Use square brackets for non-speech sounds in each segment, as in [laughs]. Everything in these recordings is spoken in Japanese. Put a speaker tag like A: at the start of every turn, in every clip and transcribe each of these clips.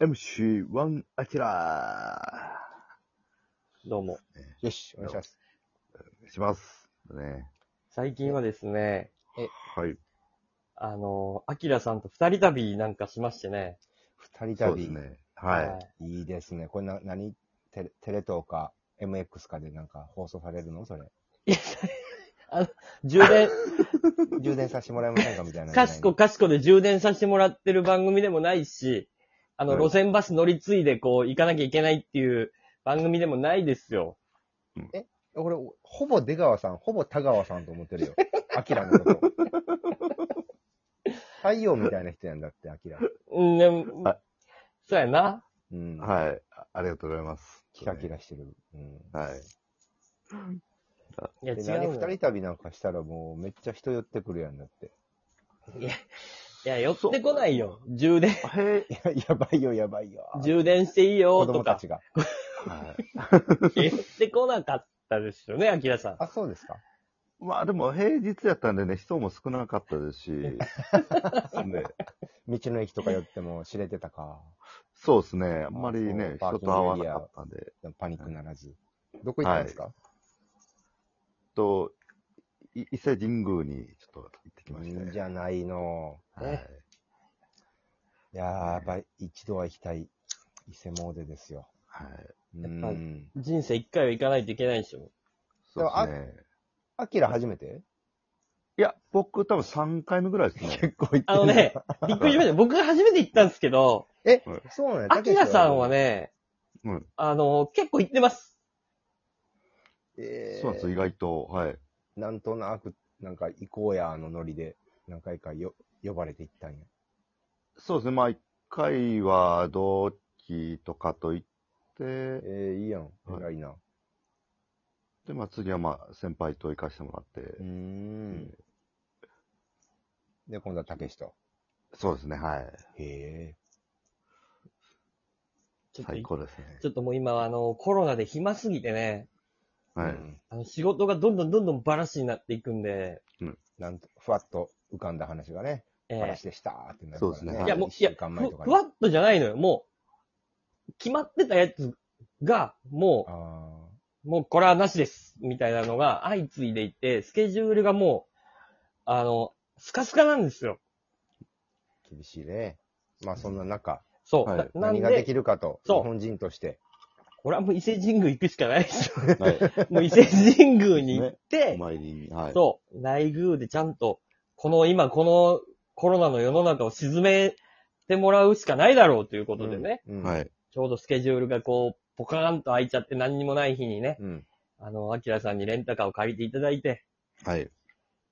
A: 4MC1 アキラ
B: どうも。
C: よし、お願いします。
A: ーします。ね。
B: 最近はですね、
A: はい。
B: あの、アキラさんと二人旅なんかしましてね。
C: 二人
A: そうで
C: 旅。、
A: すね。はい
C: いですね。これな、何テレテレ東か MX かでなんか放送されるの
A: [laughs]
C: それ。
B: い。いや、あの、充
C: [laughs]
B: 電、
C: 充電させてもらえませんかみたいな。
B: かしこかしこで充電させてもらってる番組でもないし、あの、
A: はい
B: 路線バス乗り継いでこう、行かなきゃいけないっていう番組でもないですよ。
C: 俺、ほぼ出川さん、ほぼ田川さんと思ってるよ。アキラのこと。
A: [laughs]
C: 太陽みたいな人やんだって、アキラ。
B: うん、でも
A: はい
B: そうやな。
C: うん。。
A: はい。ありがとうございます。
C: キラキラしてる。うん。
A: はい。
B: いや、
C: で
B: 違
C: 何
B: う
C: 二
B: のよ。
C: 人旅なんかしたらもうめっちゃ人寄ってくるやんだって。 [laughs]
B: いや、寄ってこないよ。充電、
A: へ
C: いや、やばいよ、やばいよ。
B: 充電していい
C: 子
B: よと
C: 供た
B: か
C: ち、が。
A: はい。
B: 寄ってこなかったですよね、アキラさ
C: [laughs]
B: ん。
C: あ、そうですか。
A: まあでも平日やったんでね、人も少なかったです
C: [laughs]
A: し、ね、
C: 道の駅とか寄っても知れてたか。
A: そうですね。あんまりね、
C: あそう
A: 人と会わなかったんで。
C: パニックならず。どこ行ったんですか、
A: と、い伊勢神宮にちょっと行ってきま
C: いい
A: した
C: ん
A: ね
C: じ。ゃないの。
A: はい。
C: いやー、やっぱり一度は行きたい。伊勢詣ですよ。
A: はい。
B: ぱり
C: うん。
B: 人生一回は行かないといけないでしょ。
A: そうですね。
C: アキラ初めて
A: いや、僕多分3回目ぐらいですね。
C: 構行って
B: あのね、びっくりしました。僕が初めて行ったんですけど、
C: え
A: はい、
C: そうなんや
B: アキラさんは、ね、
A: うん。
B: あの、結構行ってます。
C: たけしは [laughs]
A: そ
C: えー、
A: うなんです、意外と。はい。
C: なんとなく、なんか行こうやのノリで、何回かよ呼ばれて行ったんや。
A: そうですね、まあ、一回は同期とかと行って、
C: えー、いいやん。
A: はい
C: 偉いな。
A: で、まあ、次はまあ、先輩と行かせてもらって、
C: うーん。で、今度はたけしと。
A: そうですね、はい。
C: へ
B: ちょっと
A: 最
B: い、
A: 高ですね。
B: ちょっともう今はあの、コロナで暇すぎてね、
C: え。。
A: はいう
C: ん
B: あの仕事がどんどんどんどんバラシになっていくんで、
C: なんと、ふわっと浮かんだ話がね、
B: ええ
C: 話でしたーってなるから、
A: そうですね
B: いやもう、
C: 一
B: いや、
C: 週間前とか
B: ふ
C: に
B: わっとじゃないのよ。もう、決まってたやつが、も
C: あ
B: う、もうこれはなしです。みたいなのが相次いでいて、スケジュールがもう、あの、スカスカなんですよ。
C: ー厳しいね。まあそんな中、
B: そう。
A: はい
B: ななん
C: 何ができ
B: で、
C: るかと、日
B: そう
C: 本人として。
B: 俺はもう伊勢神宮行くしかないですよ。
A: はい。
B: [laughs] もう伊勢神宮に行
C: [laughs]
B: って、
A: お参りに、はい。
B: そう、内宮でちゃんと、この今このコロナの世の中を沈めてもらうしかないだろうということでね、
C: うん。
A: はい。
B: ちょうどスケジュールがこう、ポカーンと空いちゃって何にもない日にね、
C: うん。
B: あの、アキラさんにレンタカーを借りていただいて、
A: はい。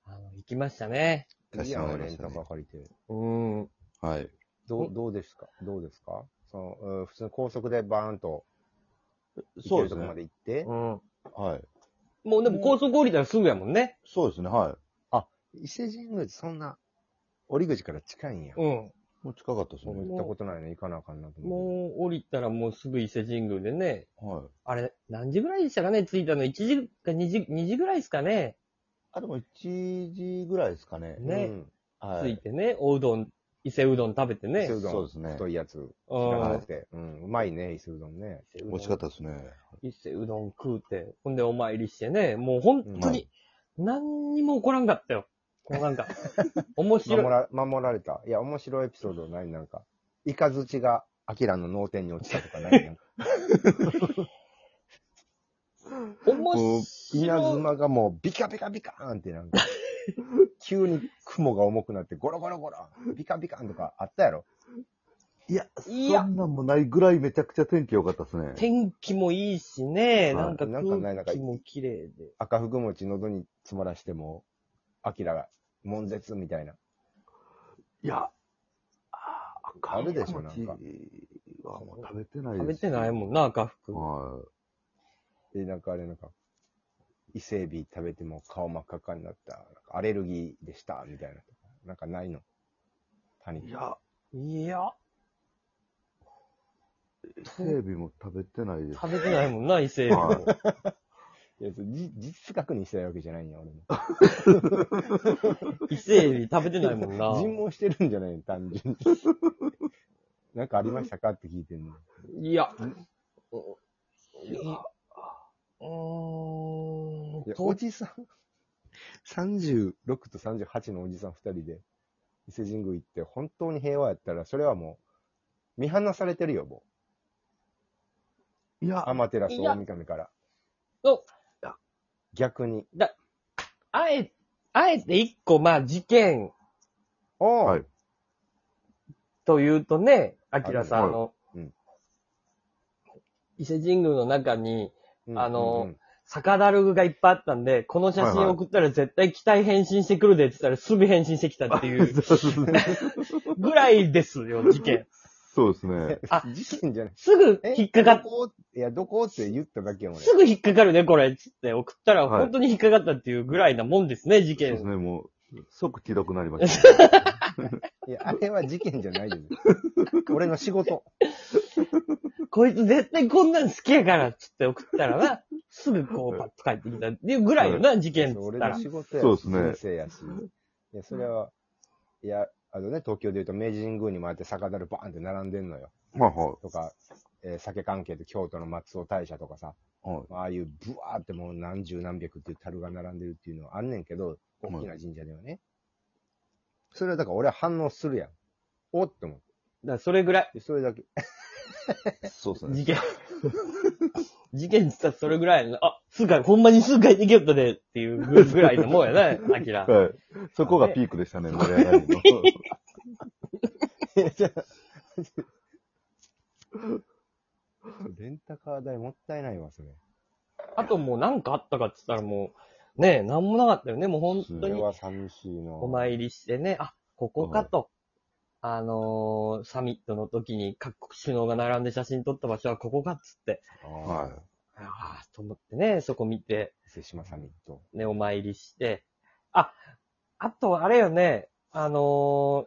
B: あの、行きましたね。
C: いいや
A: 確か
C: ん、
A: に
C: レンタカー借りて。
B: うーん。
A: はい。
C: ど
B: う
C: う、どうですかどうですかその、うん普通の高速でバーンと行
A: そ
C: け
A: う
C: る
A: です
C: とこま
A: ね。
C: で行って、
B: うん。
A: はい。
B: もうでも高速降りたらすぐやもんね。
A: そうですね、は
C: 伊勢神宮ってそんな、折口から近いんや。
B: うん。
A: い。もう近かったです
C: 僕
A: ね。
C: 行ったことないの行かなあかんなと思って。
B: もう降りたらもうすぐ伊勢神宮でね、
A: はい。
B: あれ、何時ぐらいでしたかね着いたの1時か2時、2時ぐらいですかね
A: あ、でも1時ぐらいですかね。
B: ね
C: うん
A: は
B: 着い
A: い。
B: てね、おうどん、伊勢うどん食べてね。
C: 伊勢うどん。
A: そうですね
C: 太いやつ。
B: う
C: 知ら
B: ん
C: なくて。うん。うまいね、伊勢うどんね。
A: 美味しかったですね。
B: 伊勢うどん食うて、ほんでお参りしてね、もう本当に、何にも起こらんかったよ。こうなんか、面
C: 守
B: 白い。
C: ら、守られた。いや、面白いエピソードないなんか。イカズチが、アキラの脳天に落ちたとかないなんか。
B: 面、
C: もう稲
B: [laughs] 白い。
C: 妻がもう、ビカビカビカーンって
B: [laughs]
C: なんか。急に雲が重くなって、ゴロゴロゴロビカビカーンとかあったやろ。
A: いや、
B: いや
A: そんなんもないぐらいめちゃくちゃ天気良かったですね。
B: 天気もいいしね、
A: はい
B: なんか
C: なんかないなんか
B: 空気も綺麗で。
C: 赤福餅喉に詰まらしても、アキラが、悶絶みたいな。
A: いや、
C: あるでしょ
A: 赤い
C: なんか
A: 餅はもう食べてない
B: 食べてない
A: ん。
B: もんな、赤福。
A: は
C: で、なんかあれなんか、伊勢エビ食べても顔真っ赤っかになった。なんかアレルギーでした、みたいな。なんかないの。谷
A: い。いや、
B: いや、
A: 伊勢エビも食べてないです。
B: 食べてないもんな、伊勢うどん。
A: はい
C: や、それじ実確認したいわけじゃないんや、俺も。
B: 伊勢エビ食べてないもんな。
C: [laughs]
B: [laughs]
C: 尋問してるんじゃないの、単純に。なんかありましたかって聞いてんの。
B: いや。いや。うーん
C: いや、
B: と
C: おじさん、36と38のおじさん2人で、伊勢神宮行って、本当に平和やったら、それはもう、見放されてるよ、も
A: いや
C: う。、天照
B: いや
C: 大神から。
B: お
C: 逆に。
B: あえ、あえて一個、まあ、事件
C: おー
A: はい。
B: というとね、アキラさん、
A: はい
B: あの、
C: うん
B: 伊勢神宮の中に、
C: うん
B: あの
C: うんうん
B: 酒だるがいっぱいあったんで、この写真送ったら絶対期待返信してくるでって言ったらすぐ返信してきたっていうぐらいです
A: [laughs]
B: よ、事件。
A: そうですね。
B: あ
C: [laughs] 事件じゃない。
B: すぐ
C: え
B: 引っかかっ
C: どこいや、どこって言っただけよ、
B: すぐ引っかかるね、これ。つって送ったら、
A: はい
B: 本当に引っかかったっていうぐらいなもんですね、事
A: そうです
B: 件。
A: ね、もう、即ひどくなりました、ね。
C: 俺。いや、あれは事件じゃな
B: [laughs]
C: いよ。俺の仕事。
B: こいつ絶対こんなん好きやから、つって送ったらな、すぐこう、パッと返ってきたっていうぐらいよな、事件っつ
C: 俺
B: ったら
C: の。仕事やし
A: そうですね
C: 人生やし。いや、それは、いや、あのね、東京で言うと明治神宮にもあって酒樽バーンって並んでんのよ。
A: まあ、は
C: とか、えー酒関係で京都の松尾大社とかさ、
A: い。はい。
C: ああいうブワーってもう何十何百っていう樽が並んでるっていうのはあんねんけど、大きな神社ではね。それはだから俺は反応するやん。おっって思って
B: だからそれぐらい。
C: で。それ
A: [laughs]
C: だけ。
A: そうです
B: 事
A: ね。
B: 件。 [laughs] 事件っつったらそれぐらいやな。あ、すぐ、ほんまにすぐ帰ってきよったで、っていうぐらいのもんや
C: [laughs]
B: な、アキラ。
A: はい。そこがピークでしたね、盛り上がりの。
C: レンタカー代もったいないわ、それ。
B: あともうなんかあったかっつったらもう、ねえ、なんもなかったよね、もう本
C: そ
B: 当
C: れ
B: に。
C: は寂しいな。
B: お参りしてね、あ、ここかと。あのーサミットの時に各国首脳が並んで写真撮った場所はここかっつって、
C: は。
A: はい
B: ああ、と思ってね、そこ見て、
C: 伊勢島サミット。
B: ね、お参りして。あ、あとあれよね、あのー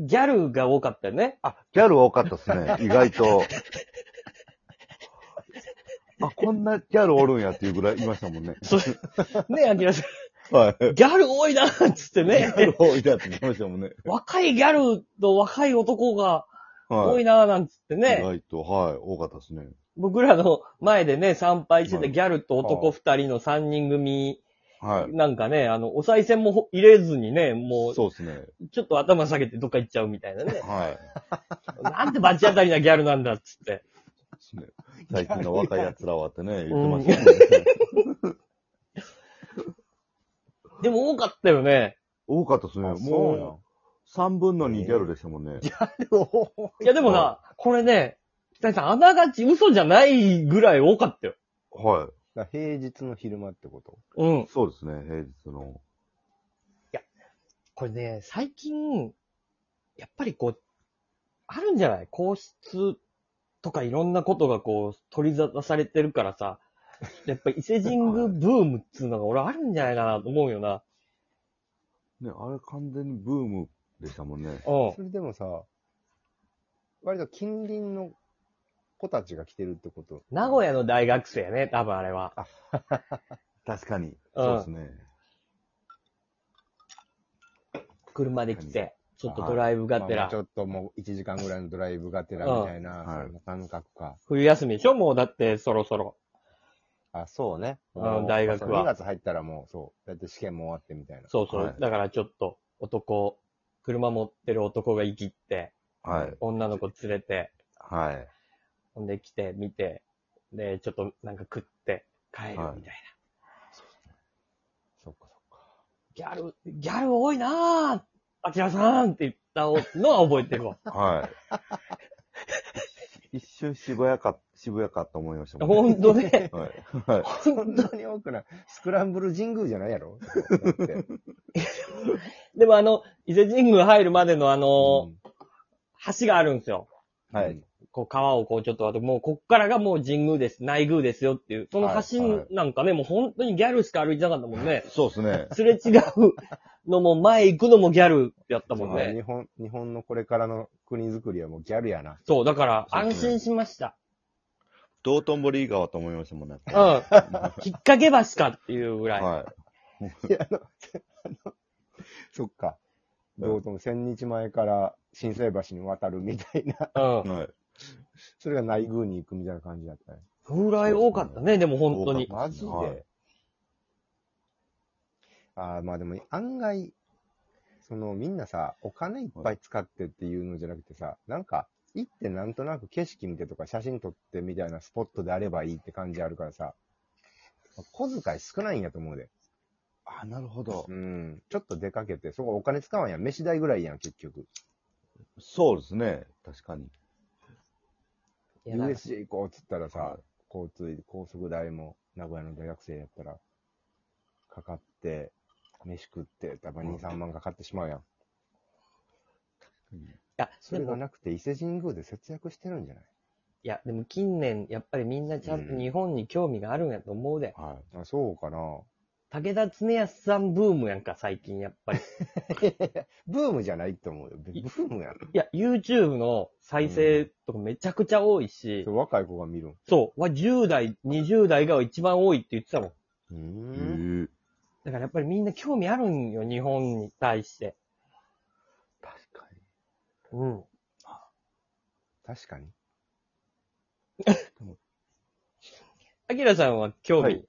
B: ギャルが多かったよね。あ、
A: ギャル多かったですね、意外と。あ、こんなギャルおるんやっていうぐらいいましたもんね。
B: そう、
A: [laughs]
B: ね、アキラさ
A: はい。
B: ん、ギャル多いな、つって
A: ギャ
B: ね。
A: ル多いなって言ってましたもんね。
B: 若いギャルと若い男が多
A: はいい。
B: な、なんつってね。
A: 意外と、はい、多かったですね。
B: 僕らの前でね、参拝して
A: は
B: た
A: い
B: ギャルと男二人の三人組、
A: はい。
B: なんかね、あの、お賽銭もほ入れずにね、もう、
A: そうですね。。
B: ちょっと頭下げてどっか行っちゃうみたいなね
A: はい。
B: なんて罰当たりなギャルなんだっつって。
A: ですね [laughs] 最近の若い奴らはってね、言ってましたね。
B: でも多かったよね。
A: [laughs] 多かったですね。
C: あそうなん
A: もう、3分の2ギャルでしたもんね。
B: いやでもな、これね、北井さん、あながち嘘じゃないぐらい多かったよ。
A: は
C: だから [laughs] 平日の昼間ってこと
B: うん
A: い。。そうですね、平日の。
B: これね、最近、やっぱりこう、あるんじゃない皇室とかいろんなことがこう、取り沙汰されてるから
C: [laughs]
B: さ、やっぱ伊勢神宮ブームっつうのが俺あるんじゃないかなと思うよな。
A: ね、あれ完全にブームでしたもんね。
B: うん
C: そ。れでもさ、割と近隣の子たちが来てるってこと。
B: 名古屋の大学生やね、多分あれは。
A: 確かに。そうですね。
B: 車で来て、ちょっとドライブがて
C: まあ
B: ら
C: まあち。ょっともう1時間ぐらいのドライブがてらみたいな、
A: うんはい
C: そんな感覚か。
B: 冬休みでしょもうだってそろそろ。
C: あ、そうね。
B: うん
C: も
B: 大学は
C: 2月入ったらもう、そう。だって試験も終わってみたいな。
B: そうそう。
A: はい
B: だからちょっと男、車持ってる男が生きって、
A: はい。
B: 女の子連れて、
A: はい。
B: ほんで来て、見て、で、ちょっとなんか食って帰るみたいな。
A: はい
C: そっかそっか。
B: ギャル、ギャル多いなぁあきらさんって言ったのは覚えて
A: [laughs]
B: るわ。
A: はい。 [laughs] 一瞬渋谷か、渋谷かと思いましたもん
B: ほ
A: ね。
B: んとね。
A: はい。はい。
C: 本当に多くない。スクランブル神宮じゃないや [laughs] ろだって
B: でもあの、伊勢神宮入るまでのあ
C: う
B: の、
C: ん
B: 橋があるんですよ。
A: はい。
B: こう川をこうちょっとあと、もうこっからがもう神宮です、内宮ですよっていう。その橋なんかね、もう本当にギャルしか歩いてなかったもんね。
A: そうですね。
B: すれ違うのも前行くのもギャルやったもん
C: 日
B: ね。
C: 本、日本のこれからの国づくりはもうギャルやな。
B: そう、だから
A: そう
B: 安
A: ですね
B: 心しました。
A: 道頓堀川と思いましたも [laughs] んね。
B: [laughs] うん。きっかけ橋かっていうぐらい。
A: はい
C: や、あの、あのそっか。どうとも千日前から新生橋に渡るみたいな、 [laughs]
B: うん。
A: はい。
C: それが内宮に行くみたいな感じだったね。
B: 風来多かったね、でも本当に
A: 多。か
C: マジで。
A: はい
C: ああ、まあでも案外、そのみんなさ、お金いっぱい使ってっていうのじゃなくてさ、なんか、行ってなんとなく景色見てとか写真撮ってみたいなスポットであればいいって感じあるからさ、小遣い少ないんやと思うで。
A: あ、なるほど
C: う。ん。ちょっと出かけて、そこお金使わんやん。飯代ぐらいやん、結局。
A: そうですね。確かに。
B: いやなんか
C: USJ 行こうっつったらさ、
A: はい
C: 交通、高速代も名古屋の大学生やったら、かかって、飯食って、多分2、3万かかってしまうやん。
B: いや、
C: そ
B: で
C: れが
B: も、
C: なくて、伊勢神宮で節約してるんじゃない
B: いや、でも近年、やっぱりみんなちゃんと日本に興味があるんやと思うで。
A: は
C: あ、そう
B: [laughs]
C: かな。
B: 武田恒康さんブームやんか、最近、やっぱり。
C: ブームじゃないと思うよ。ブ
B: い
C: ブームやん。
B: いや、YouTube の再生とかめちゃくちゃ多いし、
C: そう若い子が見るん。
B: そう、わ10代、20代が一番多いって言ってたもん。
C: う
A: い。へ
C: ん。
A: え
B: だからやっぱりみんな興味あるんよ、日本に対して。
A: 確かに。
B: うん。
C: 確かに。
B: アキラさんは興味、
A: はい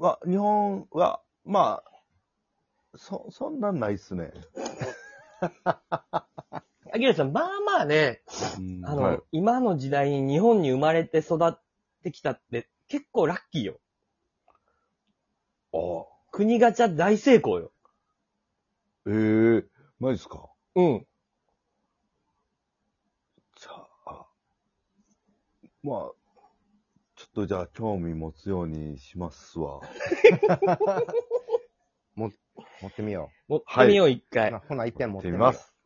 A: は、日本は、まあ、そ、そんなんないっすね。
B: アキラさん、まあまあね、
A: うん
B: あの、
A: はい
B: 今の時代に日本に生まれて育ってきたって結構ラッキーよ。国ガチャ大成功よ。
A: ええマジっすか
B: うん。
A: じゃあ、まあ、ちょっとじゃあ興味持つようにしますわ。
C: 持ってみよ
B: 持ってみよう、一
C: う。
B: 回。
C: なほな、一遍持ってみ
A: 持
C: よ
A: っ
C: う
A: てみます。